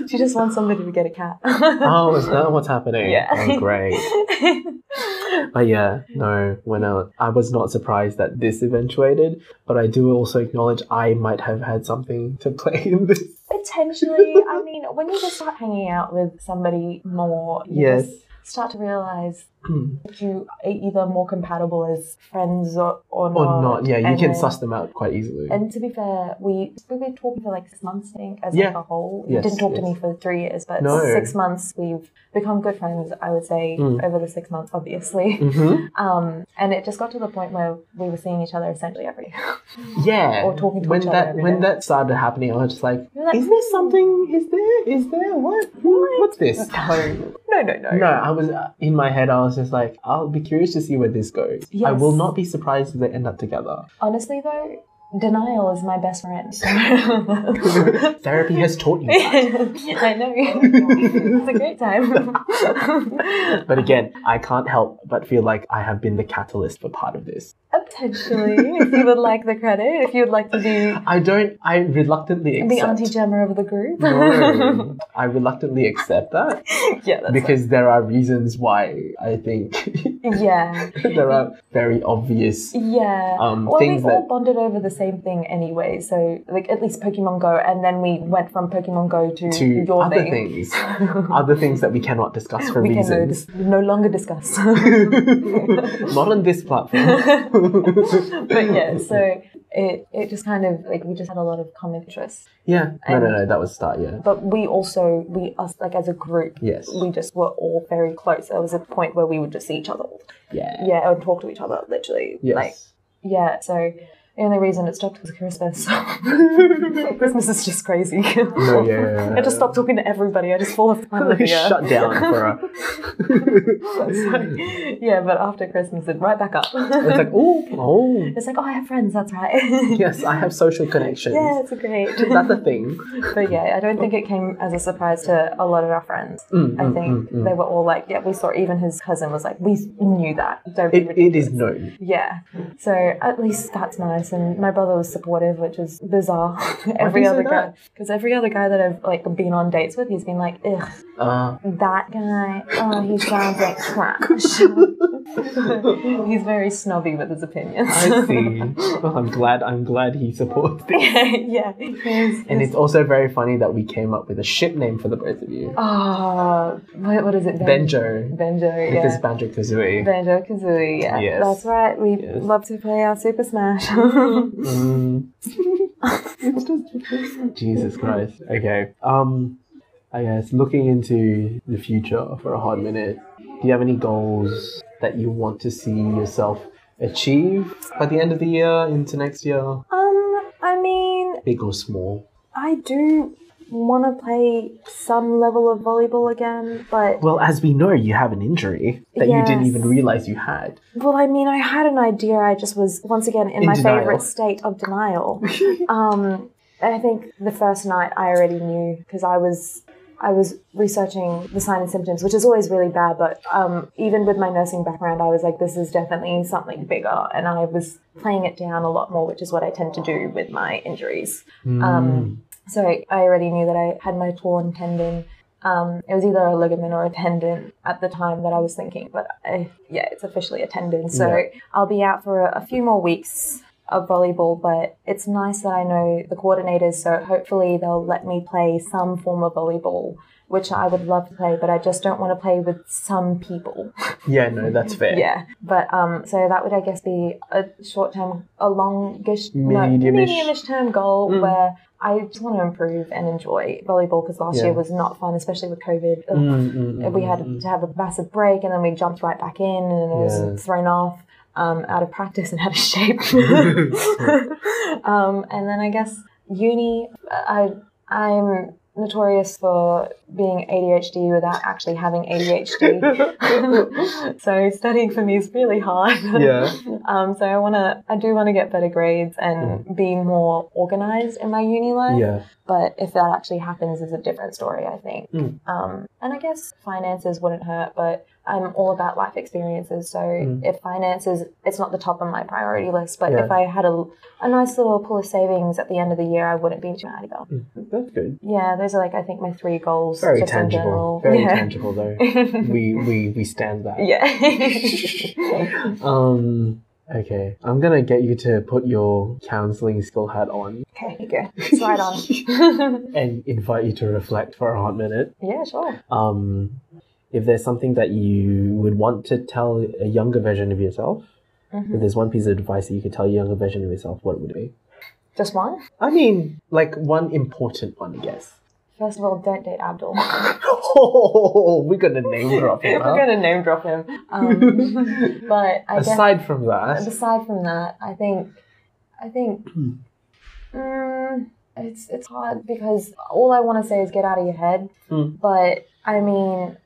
she just wants somebody to get a cat
Oh, is that what's happening?
Yeah.
Oh, great. But yeah, no, when I, I was not surprised that this eventuated, but I do also acknowledge I might have had something to play in this.
Potentially, I mean, when you just start hanging out with somebody more, you just start to realize
Hmm.
that you are either more compatible as friends or, or not.
Or not. Yeah, you
and
can
then-
suss them out quite easily.
And to be fair, we we were talking for like six months, I think, as like
Yeah.
a whole.
Yes,
you didn't talk to
yes.
me for three years, but
No.
six months we've become good friends. I would say
Mm.
over the six months, obviously.
hmm
Um, and it just got to the point where we were seeing each other essentially every day.
Yeah.
Or talking to
when
each other
that
every
when
day.
that started happening, I was just like,
You're like, "Hmm."
"Is there something? Is there? Is there what? What's this?"
No, no, no, no.
No, I was uh, in my head. I was just like, "I'll be curious to see where this goes. I
Yes.
will not be surprised if they end up together."
Honestly, though, denial is my best friend.
Therapy has taught you that.
I know. it's a great time.
But again, I can't help but feel like I have been the catalyst for part of this.
Potentially, if you would like the credit, if you would like to be
I don't. I reluctantly
the
accept.
Auntie Gemma of the group.
no, I reluctantly accept that
yeah, that's
because there are reasons why I think
fine. yeah,
there are very obvious.
yeah.
Um,
well, we
things
all
that-
bonded over the same thing anyway. So, like, at least Pokemon Go, and then we went from Pokemon Go to,
To
your
other
thing.
things, other things that we cannot discuss for
we can no,
reasons
dis- no longer discuss.
not on this platform.
but yeah, so it it just kind of like we just had a lot of common interests.
Yeah, no,
And-
no, no. That was start. Yeah,
But we also we us like as a group,
Yes.
we just were all very close. There was a point where we would just see each other,
yeah,
yeah, and talk to each other, literally.
yes.
Like yeah, so. The only reason it stopped was Christmas. Christmas is just crazy.
no, yeah, yeah, yeah.
I just stopped talking to everybody. I just fall off the planet.
Like,
yeah.
Shut down for a.
So, yeah, but after Christmas, it right back up.
It's like oh, oh,
It's like, oh, I have friends. That's right.
yes, I have social connections.
yeah, it's great.
That's a thing.
but yeah, I don't think it came as a surprise to a lot of our friends.
Mm,
I think they were all like, yeah, we saw. Even his cousin was like, we knew that. Don't be
It, it
ridiculous.
is known.
Yeah. So at least that's nice. And my brother was supportive, which is bizarre. every
you say
other guy,
that?
because every other guy that I've like been on dates with, he's been like, ugh,
Uh,
that guy. Oh, he sounds like trash. he's very snobby with his opinions.
I see. Well, I'm glad. I'm glad he supports it.
yeah. He's,
And it's also very funny that we came up with a ship name for the both of you.
Oh, what, what is it? Ben-
Benjo.
Benjo,
Because
yeah.
Banjo Kazooie.
Banjo Kazooie, yeah.
Yes.
That's right. We
Yes.
love to play our Super Smash. Um,
Mm. Jesus Christ. Okay. Um, I guess looking into the future for a hard minute. Do you have any goals that you want to see yourself achieve by the end of the year into next year?
um, I mean,
Big or small?
I do want to play some level of volleyball again, but
Well, as we know, you have an injury that you didn't
Yes.
even realize you had.
well, I mean, I had an idea. I just was once again in,
In
my
denial.
favorite state of denial. um, I think the first night I already knew because I was. I was researching the sign and symptoms, which is always really bad. But um, even with my nursing background, I was like, this is definitely something bigger. And I was playing it down a lot more, which is what I tend to do with my injuries. Um, so I already knew that I had my torn tendon. Um, it was either a ligament or a tendon at the time that I was thinking, but I, yeah, it's officially a tendon. So
Yeah.
I'll be out for a, a few more weeks of volleyball, but it's nice that I know the coordinators, so hopefully they'll let me play some form of volleyball, which I would love to play, but I just don't want to play with some people.
yeah, no, that's fair.
Yeah, but um, so that would I guess be a short term, a longish, no,
Medium-ish.
medium-ish term goal
Mm.
where I just want to improve and enjoy volleyball because last
Yeah.
year was not fun, especially with COVID. Ugh.
Mm, mm, mm,
We had
mm, mm.
to have a massive break and then we jumped right back in and it
Yeah.
was thrown off. Um, out of practice and out of shape. um, and then I guess uni, I I'm notorious for being ADHD without actually having ADHD. so studying for me is really hard.
Yeah.
Um, so I wanna, I do want to get better grades and
Mm.
be more organized in my uni life.
Yeah.
But if that actually happens, is a different story, I think.
Mm.
Um, and I guess finances wouldn't hurt, but I'm all about life experiences. So
Mm.
if finances, it's not the top of my priority list. But
Yeah.
if I had a, a nice little pool of savings at the end of the year, I wouldn't be too mad either.
Mm, That's good.
Yeah, those are like I think my three goals.
Very
just In
tangible.
general.
Very
yeah.
tangible though. we we we stand that.
yeah.
Um okay. I'm gonna get you to put your counseling skill hat on
okay, good. Slide on.
and invite you to reflect for a hot minute.
yeah, sure.
Um if there's something that you would want to tell a younger version of yourself,
Mhm.
if there's one piece of advice that you could tell a younger version of yourself, what would it be?
Just one.
I mean, like one important one, I guess.
First of all, don't date Abdul.
Oh, we're gonna name drop it.
We're
huh?
gonna name drop him. Um, but I guess
Aside from that,
aside from that, I think, I think,
Hmm.
mm, it's it's hard because all I want to say is get out of your head.
Hmm.
But I mean,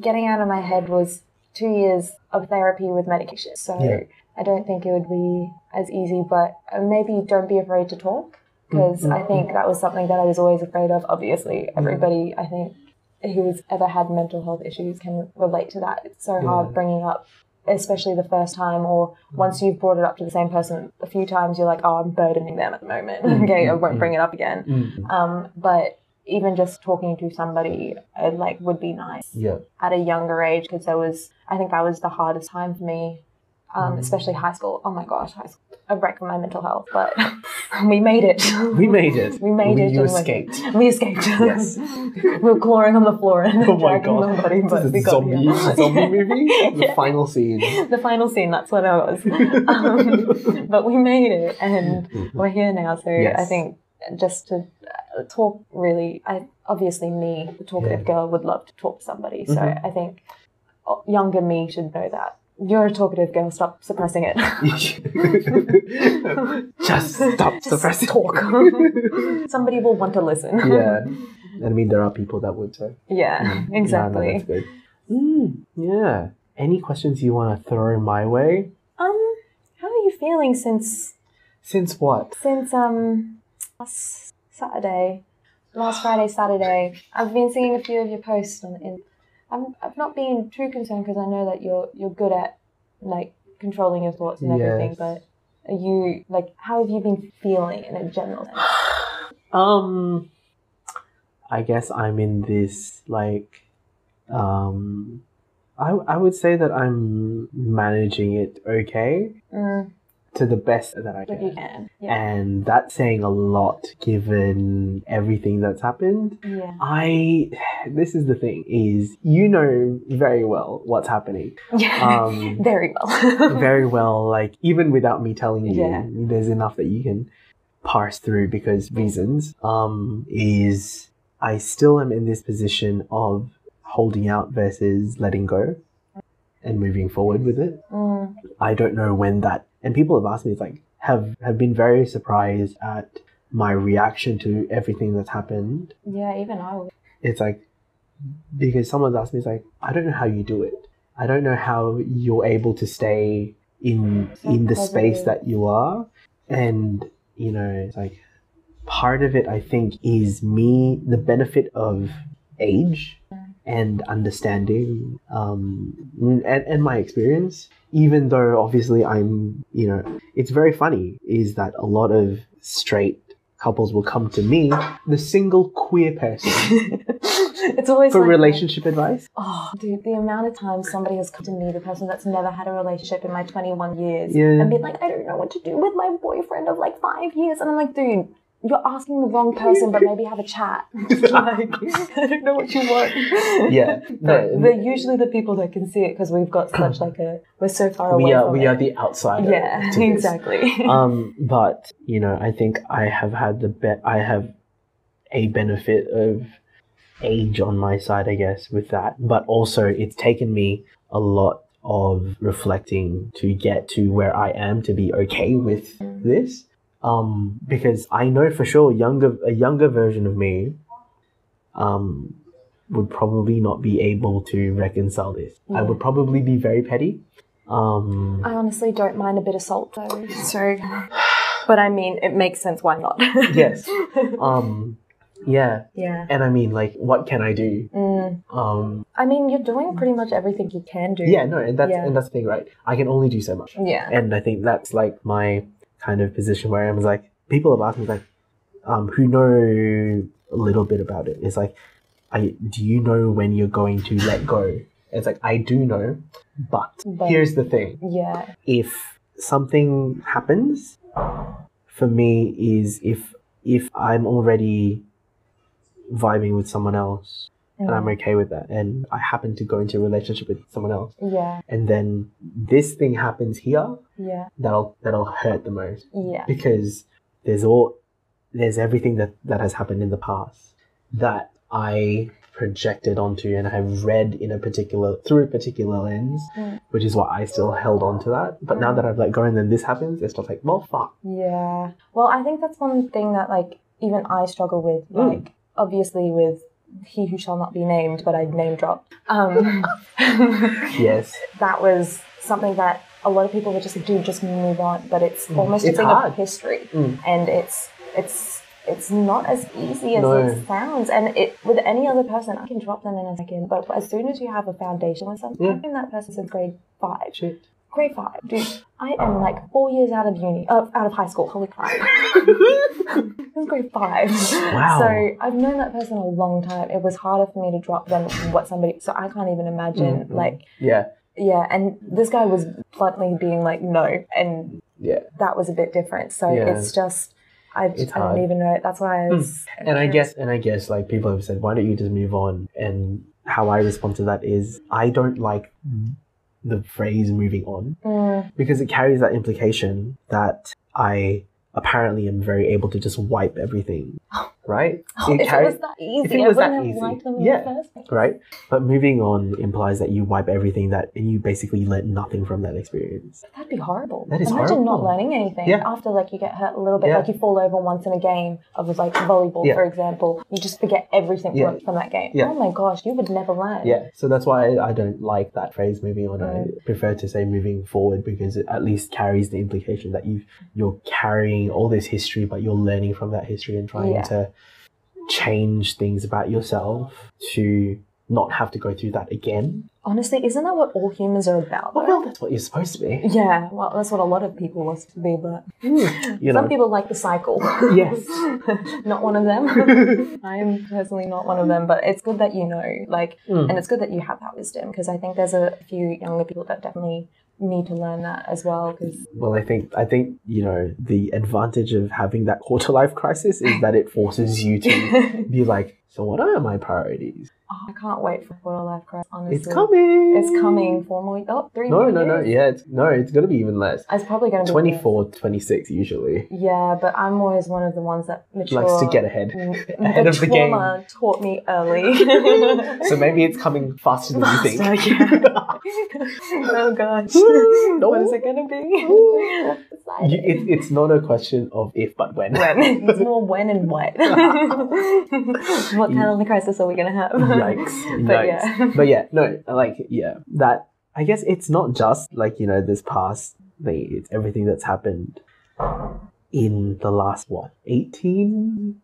getting out of my head was two years of therapy with medication. So
Yeah.
I don't think it would be as easy. But uh, maybe don't be afraid to talk because
Mm, mm,
I think that was something that I was always afraid of. Obviously, everybody I think who's ever had mental health issues can relate to that. It's so
Yeah.
hard bringing up especially the first time or
Mm.
once you've brought it up to the same person a few times you're like oh i'm burdening them at the moment
Mm.
okay i won't bring it up again um, but even just talking to somebody it like would be nice
Yeah.
at a younger age because there was i think that was the hardest time for me um,
Mm.
especially high school oh my gosh high school a wreck of my mental health but we made it
We made it.
we made it
You
and we-
escaped.
we escaped
Yes.
we were clawing on the floor and
Oh my
dragging
god.
nobody but
This
we
is
got
zombie,
here.
zombie movie? The
Yeah.
final scene.
the final scene that's what i was um, but we made it and we're here now so
Mm-hmm. Yes.
i think just to uh, talk really i obviously me the talkative girl would love to talk to somebody so
Mhm.
i think uh, younger me should know that you're a talkative girl stop suppressing it
Just stop
Just
suppressing.
talk somebody will want to listen
yeah. And I mean, there are people that would say.
yeah
No, no,
exactly
that's good. Mm, yeah. Any questions you want to throw my way?
um how are you feeling since
Since what?
since um last Saturday, last Friday, Saturday, I've been seeing a few of your posts on. In, I'm I've not been too concerned because I know that you're you're good at like controlling your thoughts and everything.
Yes.
But are you like how have you been feeling in a general? sense?
Um, I guess I'm in this like, um, I I would say that I'm managing it okay
Mm,
to the best that I
if you
can,
can, yeah,
and that's saying a lot given everything that's happened.
yeah,
I this is the thing is you know very well what's happening.
yeah,
Um,
very well.
very well. Like even without me telling you,
Yeah.
there's enough that you can parse through because reasons. Um, is I still am in this position of holding out versus letting go and moving forward with it.
Mm,
I don't know when that. And people have asked me, it's like have have been very surprised at my reaction to everything that's happened.
yeah, even I would.
It's like because someone's asked me, it's like I don't know how you do it. I don't know how you're able to stay in
So
in the space
positive.
that you are, and you know, it's like part of it. I think is me the benefit of age
Mm.
and understanding um, and and my experience. Even though obviously I'm, you know, it's very funny is that a lot of straight couples will come to me, the single queer person,
it's always
for
like that.
relationship advice.
Oh, dude, the amount of times somebody has come to me, the person that's never had a relationship in my 21 years,
Yeah.
and been like, I don't know what to do with my boyfriend of like five years. And I'm like, dude, you're asking the wrong person, but maybe have a chat. like, I don't know what you want.
Yeah, no,
But they're usually the people that can see it because we've got such like a, we're so far away
we are
from
we
it.
are the outsider.
yeah,
to this.
exactly.
um, but you know, I think I have had the bet. I have a benefit of age on my side, I guess, with that. But also, it's taken me a lot of reflecting to get to where I am to be okay with
Mm.
this. Um, because I know for sure, younger a younger version of me, um, would probably not be able to reconcile this. I
Yeah.
would probably be very petty. Um,
I honestly don't mind a bit of salt though. So, but I mean, it makes sense why not.
yes. Um, yeah.
yeah.
And I mean, like, what can I do?
Mm.
Um,
I mean, you're doing pretty much everything you can do.
yeah, no, and that's
Yeah.
and that's the thing, right? I can only do so much,
Yeah.
and I think that's like my kind of position where I'm like, people have asked me like, um, who know a little bit about it. It's like, I do you know when you're going to let go? It's like I do know, but,
But-
here's the thing:
Yeah.
if something happens for me is if if I'm already vibing with someone else and I'm okay with that. And I happen to go into a relationship with someone else,
Yeah.
and then this thing happens here
Yeah.
that'll that'll hurt the most
Yeah.
because there's all there's everything that that has happened in the past that I projected onto and have read in a particular through a particular lens,
Mm.
which is why I still held on to that. But now that I've let go and then this happens, it's just like, well, fuck.
Yeah. Well, I think that's one thing that like even I struggle with.
Mm.
Like obviously with he who shall not be named, but I name drop. Um,
Yes,
that was something that a lot of people were just like, dude, just move on. But it's almost
Mm. It's
a thing
hard.
of history,
Mm.
and it's it's it's not as easy as
No.
it sounds. And it with any other person, I can drop them in a second. But as soon as you have a foundation with something,
Yeah.
I think that person's in grade five.
Shit. Ah.
Grade five, dude. I am like four years out of uni, uh, out of high school. Holy crap! It was grade five.
Wow.
So I've known that person a long time. It was harder for me to drop them than what somebody. So I can't even imagine
Mm, mm.
like
yeah.
yeah. And this guy was bluntly being like no, and
Yeah.
that was a bit different. So
Yeah.
it's just. I,
It's
I
hard. Hmm.
don't even know. That's why I was.
And I guess and I guess like people have said, why don't you just move on? And how I respond to that is I don't like the phrase moving on
Mm,
because it carries that implication that I apparently am very able to just wipe everything. Right?
Oh, if it
carries.
was that easy,
if it
I
was
wouldn't
that
have
easy.
liked them in
Yeah.
the first place.
right? But moving on implies that you wipe everything that and you basically learn nothing from that experience.
That'd be horrible.
That is
Imagine not
horrible.
learning anything
Yeah.
after like you get hurt a little bit,
Yeah.
like you fall over once in a game of like volleyball,
Yeah.
for example. You just forget everything
Yeah.
from, from that game.
Yeah.
Oh my gosh, you would never learn.
Yeah, so that's why I don't like that phrase moving on. I prefer to say moving forward because it at least carries the implication that you you're carrying all this history but you're learning from that history and trying
Yeah.
to change things about yourself to not have to go through that again.
Honestly, isn't that what all humans are about?
Well,
Though?
well that's what you're supposed to be.
yeah, well, that's what a lot of people want to be, but
You
some
know.
people like the cycle.
Yes.
not one of them. I'm personally not one of them, but it's good that you know, like,
Mm.
and it's good that you have that wisdom because I think there's a few younger people that definitely need to learn that as well because
Well, I think I think you know the advantage of having that quarter life crisis is that it forces you to be like, so what are my priorities?
Oh, I can't wait for quarter life crisis. Honestly,
It's coming.
It's coming. Four more. Oh, three
No,
more.
no, no.
years.
Yeah, it's no. It's gonna be even less.
It's probably going to be
24, 26 usually.
Yeah, but I'm always one of the ones that mature.
Likes to get ahead.
Mm,
ahead
the
of the game.
trauma taught me early.
So maybe it's coming faster than you think.
Faster, yeah. oh gosh.
No.
What is it going to
No.
be?
You- it- it's not a question of if but when.
when. It's more when and what. what kind of crisis are we going to have?
Yikes!
But
Yikes.
yeah.
but yeah, no, like yeah, that I guess it's not just like you know this past thing. It's everything that's happened in the last what 18,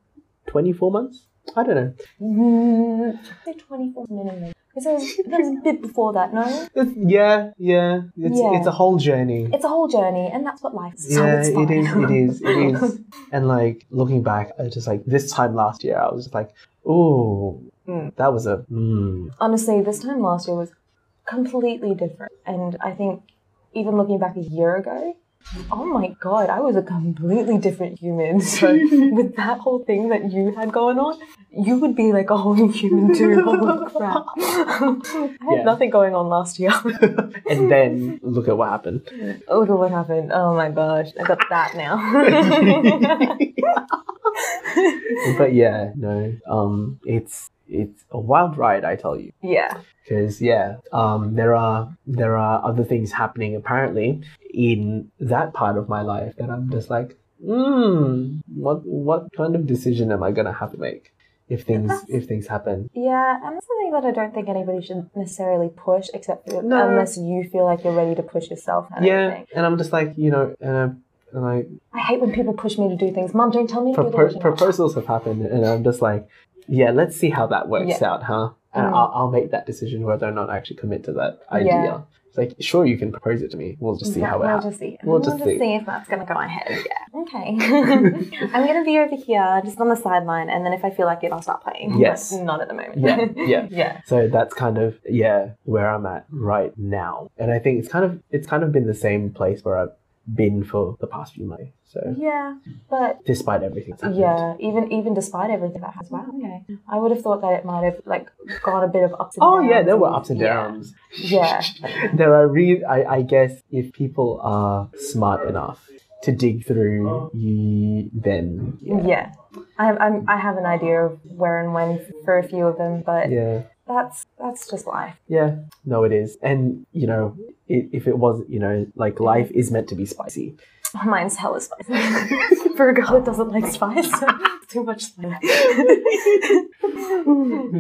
24 months. I don't know.
Mm, say 24 minimum. Because there was, there was a bit before that, no?
It's, yeah, yeah. It's
Yeah.
it's a whole journey.
It's a whole journey, and that's what life is. So
yeah,
it's
it
fine.
is. It is. It is. and like looking back, I just like this time last year, I was just like, ooh,
Mm.
that was a mm,
Honestly, this time last year was completely different. And I think even looking back a year ago, oh my god, I was a completely different human. So with that whole thing that you had going on, you would be like a whole new human too. Holy crap. I had
Yeah.
nothing going on last year.
and then look at what happened.
Look at what happened. Oh my gosh. I got that now.
but yeah, no, um, it's it's a wild ride, I tell you,
yeah.
because yeah, um, there are there are other things happening apparently in that part of my life that I'm just like, hmm, what what kind of decision am I gonna have to make if things if things happen?
Yeah, and that's something that I don't think anybody should necessarily push, except for
No.
unless you feel like you're ready to push yourself. Kind
yeah,
of thing.
and I'm just like, you know, and I'm and I
I hate when people push me to do things. Mom, don't tell me to do
propos-
the
proposals have happened, and I'm just like, yeah, let's see how that works
Yeah.
out, huh? And
Mm.
I'll, I'll make that decision whether or not I actually commit to that idea.
Yeah.
It's like, sure, you can propose it to me. We'll just see how it
we'll
happens.
just see.
We'll
We'll,
just
just,
see.
see. if that's gonna go ahead. Yeah. Okay. I'm gonna be over here, just on the sideline, and then if I feel like it, I'll start playing.
Yes.
But not at the moment.
Yeah, yeah.
yeah.
So that's kind of yeah where I'm at right now, and I think it's kind of it's kind of been the same place where I've been for the past few months. So
Yeah. But
despite everything, that's happened.
yeah, even even despite everything that has wow, okay. I would have thought that it might have like gone a bit of ups and
Oh
downs.
yeah, there were ups and
Yeah.
downs.
Yeah.
there are re- I, I guess if people are smart enough to dig through you then
Yeah. I, I'm, I have an idea of where and when for a few of them, but
yeah
that's that's just life.
yeah no it is and you know i if it was you know like life is meant to be spicy
Mine's hella spicy. for a girl that doesn't like spice, it's too much spice.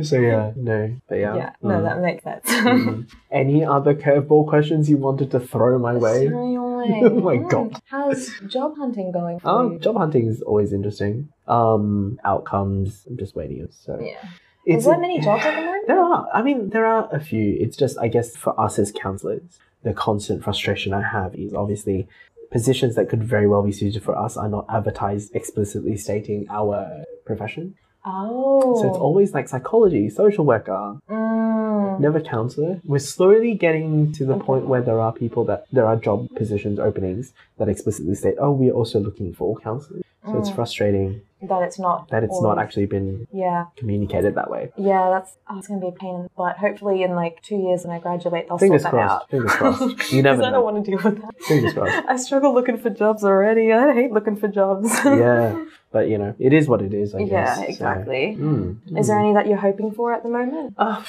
so yeah no but yeah,
yeah, no,
Mm.
that makes sense.
Mm. any other curveball questions you wanted to throw my way
Sorry, oh my terrifying.
Oh my
Mm.
God.
How's job hunting going for
Um,
you?
job hunting is always interesting. Um, outcomes. I'm just waiting. So
yeah.
it's
Is there many jobs at the moment?
There are. I mean, there are a few. It's just, I guess, for us as counselors, the constant frustration I have is obviously positions that could very well be suited for us are not advertised explicitly stating our profession.
Oh.
So it's always like psychology, social worker,
Mm.
never counselor. We're slowly getting to the
Okay.
point where there are people that there are job positions openings that explicitly state, oh, we're also looking for counselors. So it's
Mm.
frustrating
that it's not.
that it's not
always-
actually been
Yeah.
communicated that way.
Yeah, that's oh, it's gonna be a pain in the butt. Hopefully, in like two years when I graduate, they'll
Fingers
sort that
crossed.
out.
Fingers crossed. You never
'Cause I
know.
don't want to deal with that.
Fingers crossed.
I struggle looking for jobs already. I hate looking for jobs.
yeah, but you know, it is what it is. I guess.
yeah,
so-
exactly.
Mm,
Is there
mm.
any that you're hoping for at the moment?
Ah,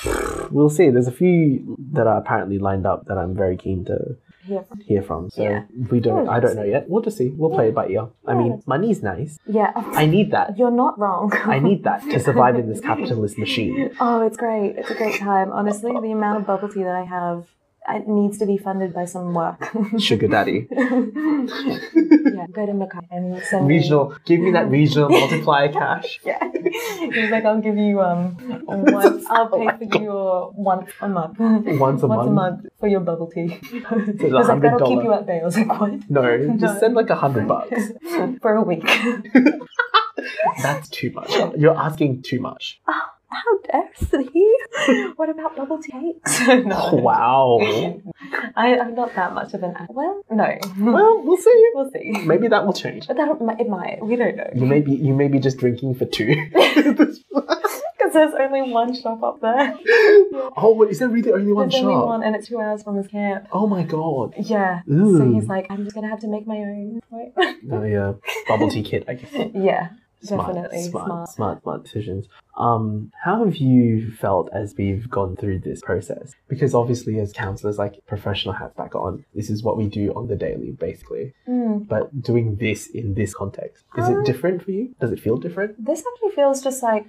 we'll see. There's a few that are apparently lined up that I'm very keen to
Here.
hear from. So
Yeah.
we don't.
Oh,
I don't
that's-
know yet. We'll just see. We'll play it by ear. I
Yeah,
mean,
that's-
money's nice.
Yeah,
I need that.
you're not wrong.
I need that to survive in this capitalist machine.
Oh, it's great. It's a great time. Honestly, the amount of bubble tea that I have, it needs to be funded by some work.
Sugar daddy.
yeah, go to Makai and send me-
Regional. Give me that regional multiplier cash.
Yeah. He was like, I'll give you um once I'll pay for your once a month.
Oh Once
Once a
a month?
month for your bubble tea. He
a
was like, that'll keep
$100.
you at bay. I was like, what?
No, just send like a hundred bucks.
For a week.
That's too much. You're asking too much.
How dare he? What about bubble tea cakes? no.
Wow.
I, I'm not that much of an well, no.
Well, we'll see.
We'll see.
Maybe that will change.
But that it might. We don't know.
You may be you may be just drinking for two.
Because there's only one shop up there.
oh, wait, is that really the only one
There's only
shop?
one, and it's two hours from his camp.
Oh my god.
Yeah. So
Ooh.
he's like, I'm just gonna have to make my own. Like,
Oh yeah, bubble tea kid. I guess.
yeah,
Smart,
definitely
smart,
smart.
smart, smart, decisions. Um, how have you felt as we've gone through this process? Because obviously, as counselors, like professional hats back on, this is what we do on the daily, basically.
Mm.
But doing this in this context, is
Um,
it different for you? Does it feel different?
This actually feels just like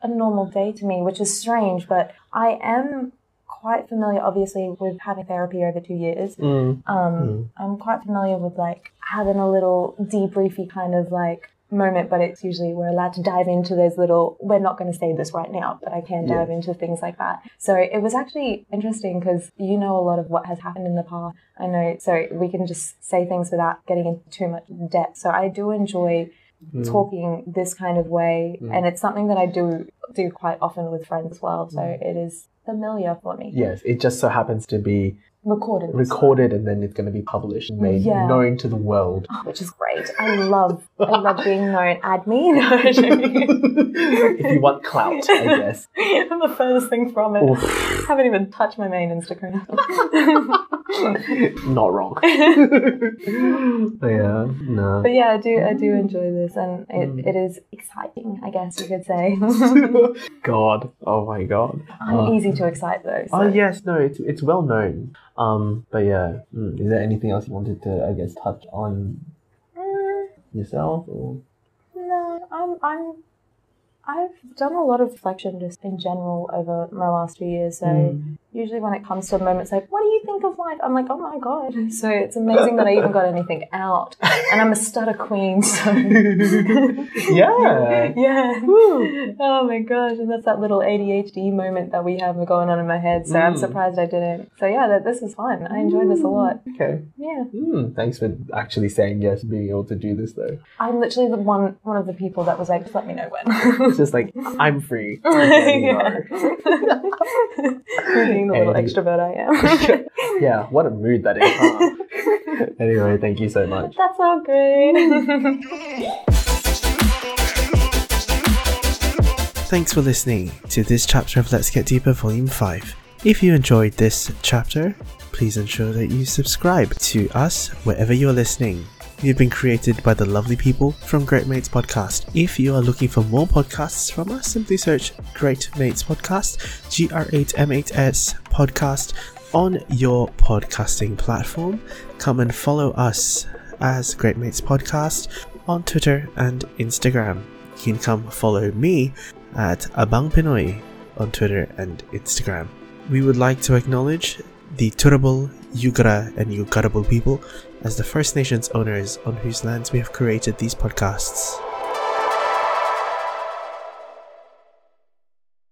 a normal day to me, which is strange, but I am quite familiar, obviously, with having therapy over two years.
Mm.
Um,
Mm.
I'm quite familiar with like having a little debriefy kind of like moment, but it's usually we're allowed to dive into those little, we're not going to say this right now, but I can dive into things like that. So it was actually interesting because you know a lot of what has happened in the past. I know, so we can just say things without getting into too much depth. So I do enjoy
Mm.
talking this kind of way,
Mm.
and it's something that I do do quite often with friends as well. So it is familiar for me.
Yes, it just so happens to be
Recorded. this
recorded and then it's going to be published and made
Yeah.
known to the world.
which is great. I love I love being known. Add me. No, I'm joking.
if you want clout, I guess.
I'm the furthest thing from it.
Oof,
haven't even touched my main Instagram.
not wrong. But yeah, no.
but yeah, I do I do enjoy this, and it,
Mm.
it is exciting. I guess you could say.
God, oh my God.
I'm easy to excite though. so-
Oh yes, no, it's it's well known. Um, but yeah, mm, is there anything else you wanted to, I guess, touch on
Mm,
yourself or?
No, I'm I'm. I've done a lot of reflection just in general over my last few years. So
Mm.
usually when it comes to moments like, what do you think of life? I'm like, oh my god. So it's amazing that I even got anything out. And I'm a stutter queen, so
yeah.
yeah.
Woo.
Oh my gosh. And that's that little ADHD moment that we have going on in my head. So I'm
Mm.
surprised I didn't. So yeah, that, this is fun. I enjoyed this a lot.
Okay.
Yeah.
Mm, thanks for actually saying yes, being able to do this though.
I'm literally the one one of the people that was like, just let me know when.
It's just like I'm free.
yeah. Being the little
Hey.
extrovert I am.
Yeah, what a mood that is. huh? anyway, thank you so much.
That's all good.
Thanks for listening to this chapter of Let's Get Deeper Volume 5. If you enjoyed this chapter, please ensure that you subscribe to us wherever you are listening. We've been created by the lovely people from Great Mates Podcast. If you are looking for more podcasts from us, simply search Great Mates Podcast, GR8M8S Podcast, on your podcasting platform. Come and follow us as Great Mates Podcast on Twitter and Instagram. You can come follow me at Abang Pinoy on Twitter and Instagram. We would like to acknowledge the Turrbal, Yugra, and Yugarabal people as the First Nations owners on whose lands we have created these podcasts.